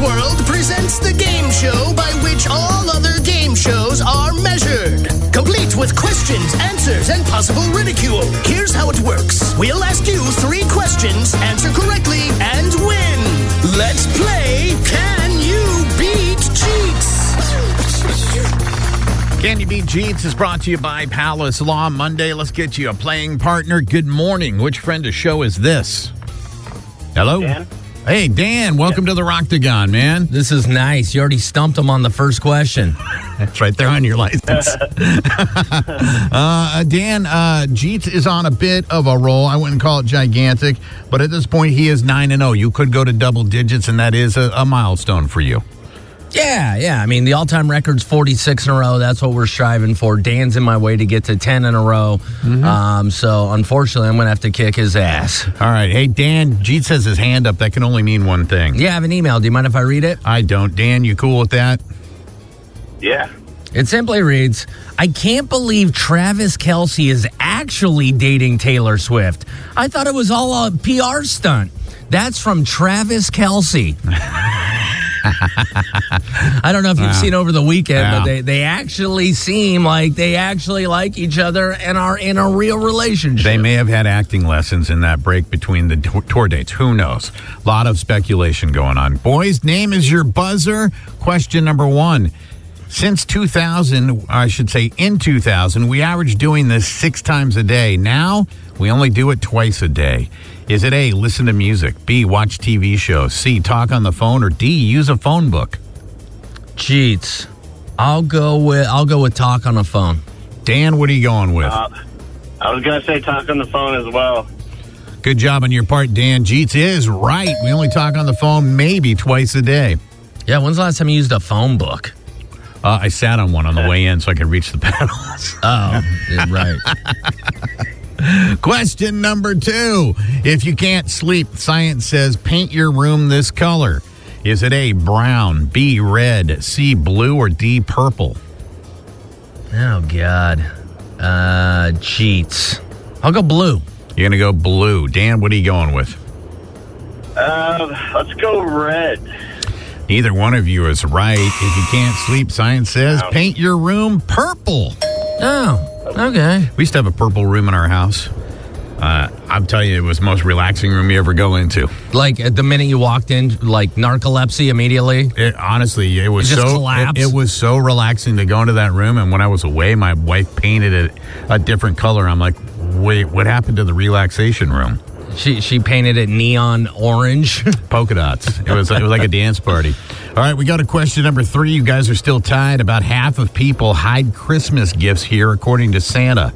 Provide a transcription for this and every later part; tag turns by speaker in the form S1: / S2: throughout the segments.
S1: World presents the game show by which all other game shows are measured. Complete with questions, answers, and possible ridicule. Here's how it works We'll ask you three questions, answer correctly, and win. Let's play Can You Beat Cheats?
S2: Can You Beat Jeets is brought to you by Palace Law Monday. Let's get you a playing partner. Good morning. Which friend of show is this? Hello?
S3: Dan.
S2: Hey, Dan, welcome to the Roctagon, man.
S4: This is nice. You already stumped him on the first question.
S2: That's right there on your license. uh, Dan uh, Jeets is on a bit of a roll. I wouldn't call it gigantic, but at this point, he is 9 and 0. You could go to double digits, and that is a, a milestone for you.
S4: Yeah, yeah. I mean, the all time record's 46 in a row. That's what we're striving for. Dan's in my way to get to 10 in a row. Um, so, unfortunately, I'm going to have to kick his ass.
S2: All right. Hey, Dan Jeets has his hand up. That can only mean one thing.
S4: Yeah, I have an email. Do you mind if I read it?
S2: I don't. Dan, you cool with that?
S3: Yeah.
S4: It simply reads I can't believe Travis Kelsey is actually dating Taylor Swift. I thought it was all a PR stunt. That's from Travis Kelsey. I don't know if you've seen over the weekend,
S2: Yeah.
S4: but they, they actually seem like they actually like each other and are in a real relationship.
S2: They may have had acting lessons in that break between the t- tour dates. Who knows? A lot of speculation going on. Boys, name is your buzzer. Question number one. Since 2000, I should say in 2000, we averaged doing this six times a day. Now, we only do it twice a day. Is it A, listen to music, B, watch TV shows, C, talk on the phone, or D, use a phone book?
S4: Cheats. I'll go with I'll go with talk on the phone.
S2: Dan, what are you going with?
S3: I was gonna say talk on the phone as well.
S2: Good job on your part, Dan. Jeets is right. We only talk on the phone maybe twice a day.
S4: Yeah, when's the last time you used a phone book?
S2: Uh, I sat on one on the way in so I could reach the pedals.
S4: Oh, yeah, right.
S2: Question number two. If you can't sleep, science says paint your room this color. Is it A, brown, B, red, C, blue, or D, purple?
S4: Oh God. Uh cheats. I'll go blue.
S2: You're going to go blue. Dan, what are you going with?
S3: Um, let's go red.
S2: Neither one of you is right. If you can't sleep, science says paint your room purple.
S4: Oh, okay.
S2: We used to have a purple room in our house. Uh, I'm telling you, it was the most relaxing room you ever go into.
S4: Like at the minute you walked in, like narcolepsy immediately.
S2: It, honestly, it was
S4: It just
S2: so it,
S4: collapsed?
S2: it was so relaxing to go into that room. And when I was away, my wife painted it a different color. I'm like, wait, what happened to the relaxation room?
S4: She she painted it neon orange.
S2: Polka dots. It was it was like a dance party. All right, we go to question number three. You guys are still tied. About half of people hide Christmas gifts here, according to Santa.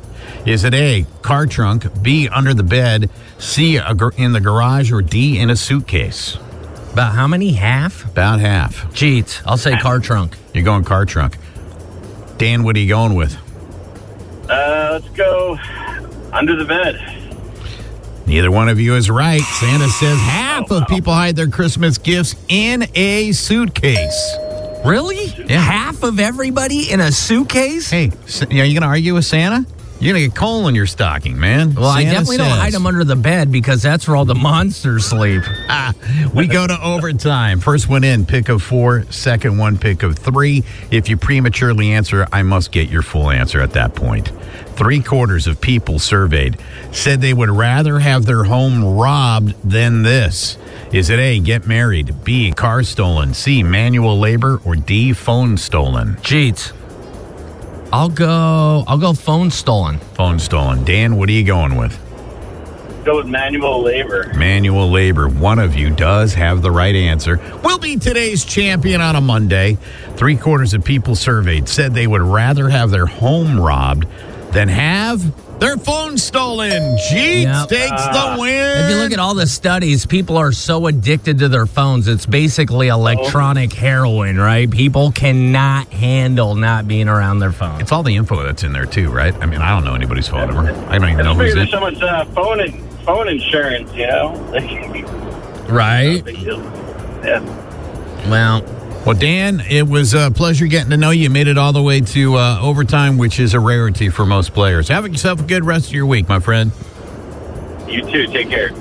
S2: Is it A, car trunk, B, under the bed, C, a gar- in the garage, or D, in a suitcase?
S4: About how many half?
S2: About half.
S4: Cheats. I'll say car trunk.
S2: You're going car trunk. Dan, what are you going with?
S3: Uh, let's go under the bed.
S2: Neither one of you is right. Santa says half of people hide their Christmas gifts in a suitcase.
S4: Really? Half of everybody in a suitcase?
S2: Hey, S- are you going to argue with Santa? You're going to get coal in your stocking, man.
S4: well, I
S2: Santa
S4: definitely don't
S2: says.
S4: hide them under the bed because that's where all the monsters sleep.
S2: Ah, we go to overtime. First one in, pick of four. Second one, pick of three. If you prematurely answer, I must get your full answer at that point. Three quarters of people surveyed said they would rather have their home robbed than this. Is it A, get married, B, car stolen, C, manual labor, or D, phone stolen?
S4: Cheats. I'll go. I'll go. Phone stolen.
S2: Phone stolen. Dan, what are you going with?
S3: Go with manual labor.
S2: manual labor. One of you does have the right answer. Will be today's champion on a Monday. Three quarters of people surveyed said they would rather have their home robbed than have their phone stolen. Jeets
S4: Yep. Ah.
S2: takes the win.
S4: If you look at all the studies, people are so addicted to their phones. It's basically electronic heroin, right? People cannot handle not being around their phone.
S2: it's all the info that's in there too, right? I mean, I don't know anybody's phone number. I don't even know
S3: I
S2: who's
S3: figure
S2: in.
S3: there's so much uh, phone and phone insurance, you know. Like,
S4: Right?
S3: big deal. yeah.
S4: Well,
S2: Well, Dan, it was a pleasure getting to know you. You Made it all the way to uh, overtime, which is a rarity for most players. Have yourself a good rest of your week, my friend.
S3: You too. Take care.